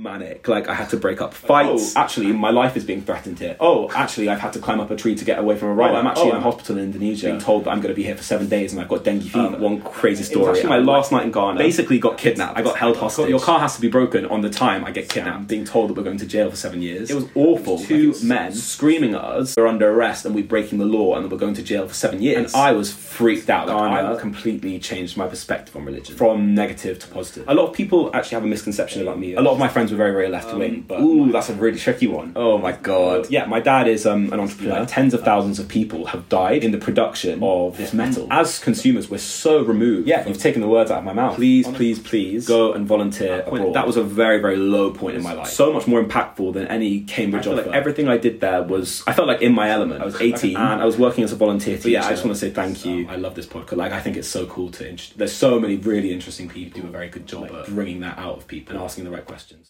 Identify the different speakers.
Speaker 1: manic. Like I had to break up fights.
Speaker 2: Oh.
Speaker 1: Actually, my life is being threatened here. Oh, actually, I've had to climb up a tree to get away from a riot.
Speaker 2: Oh,
Speaker 1: I'm actually
Speaker 2: oh,
Speaker 1: in a
Speaker 2: I'm-
Speaker 1: hospital in Indonesia, Um, being told that I'm going to be here for seven days, and I've got dengue fever.
Speaker 2: Oh.
Speaker 1: One crazy story.
Speaker 2: actually my
Speaker 1: I
Speaker 2: last night in Ghana.
Speaker 1: Basically, got kidnapped. I got held
Speaker 2: Got-
Speaker 1: hostage. Your car has to be broken on the time I get kidnapped. Being told that we're going to jail for seven years. It was awful.
Speaker 2: Like,
Speaker 1: Two
Speaker 2: it's-
Speaker 1: men screaming at us. We're under arrest and we're breaking the law and we're going to jail for seven years. And I was freaked out. Like,
Speaker 2: Ghana.
Speaker 1: I completely changed my perspective on religion from negative to positive. A lot of people actually have a misconception about me. A lot of my friends were very, very left wing. but Um, ooh, that's a really tricky one.
Speaker 2: Oh my god.
Speaker 1: Yeah, my dad is um, an entrepreneur. Tens of thousands of people have died in the production of this metal. As consumers, we're so removed. Yeah, you've taken the words out of my mouth. Please, please, please go and volunteer abroad. That was a very, very low point in my life. So much more impactful than any Cambridge
Speaker 2: I feel like
Speaker 1: offer. everything I did there was, I felt like in my element. I was 18 and I was working as a volunteer teacher. yeah, I just want to say thank you. I love this podcast. Like, I think it's so cool to, int- there's so many really interesting people who do a very good job at bringing that out of people and asking the right questions.